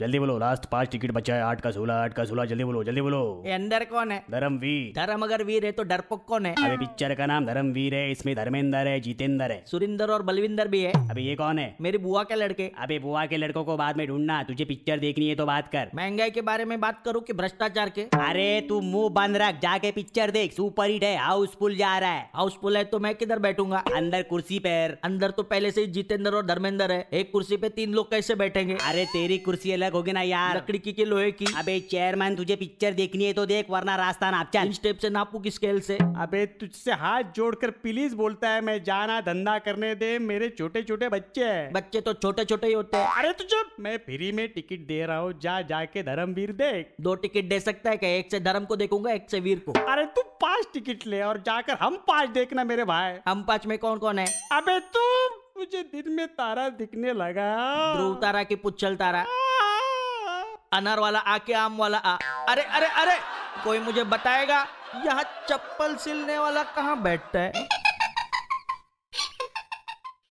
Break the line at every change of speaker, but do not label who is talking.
जल्दी बोलो लास्ट पांच टिकट बचा है आठ का सोलह आठ का सोलह जल्दी बोलो जल्दी बोलो
ये अंदर कौन है
धर्मवीर
धर्म अगर वीर है तो डरपोक कौन है
अभी पिक्चर का नाम धर्मवीर है इसमें धर्मेंद्र है जितेंद्र है
सुरिंदर और बलविंदर भी है
अभी ये कौन है
मेरी बुआ के लड़के
अबे बुआ के लड़कों को बाद में ढूंढना तुझे पिक्चर देखनी है तो बात कर
महंगाई के बारे में बात करूं कि भ्रष्टाचार के
अरे तू मुंह बंद रख जाके पिक्चर देख सुपर हिट है हाउसफुल जा रहा है
हाउसफुल है तो मैं किधर बैठूंगा
अंदर कुर्सी पैर
अंदर तो पहले से ही जितेंद्र और धर्मेंद्र है एक कुर्सी पे तीन लोग कैसे बैठेंगे
अरे तेरी कुर्सी अलग होगी ना यार
लकड़ी की के लोहे की
अबे चेयरमैन तुझे पिक्चर देखनी है तो देख वरना रास्ता नाप
इन
चल
स्टेप से नापू की स्केल से
अबे तुझसे हाथ जोड़कर प्लीज बोलता है मैं जाना धंधा करने दे मेरे छोटे छोटे बच्चे हैं
बच्चे तो छोटे छोटे ही होते हैं
अरे तुझे मैं फ्री में टिकट दे रहा हूँ जा जाके धर्मवीर देख
दो टिकट दे सकता है क्या एक से धर्म को देखूंगा एक से वीर को
अरे तू पांच टिकट ले और जाकर हम पांच देखना मेरे भाई
हम पांच में कौन कौन है
अबे तू मुझे दिन में तारा दिखने लगा
ध्रुव तारा की पुच्छल तारा
आ,
अनार वाला आ के आम वाला आ अरे अरे अरे कोई मुझे बताएगा यहाँ चप्पल सिलने वाला कहाँ बैठता है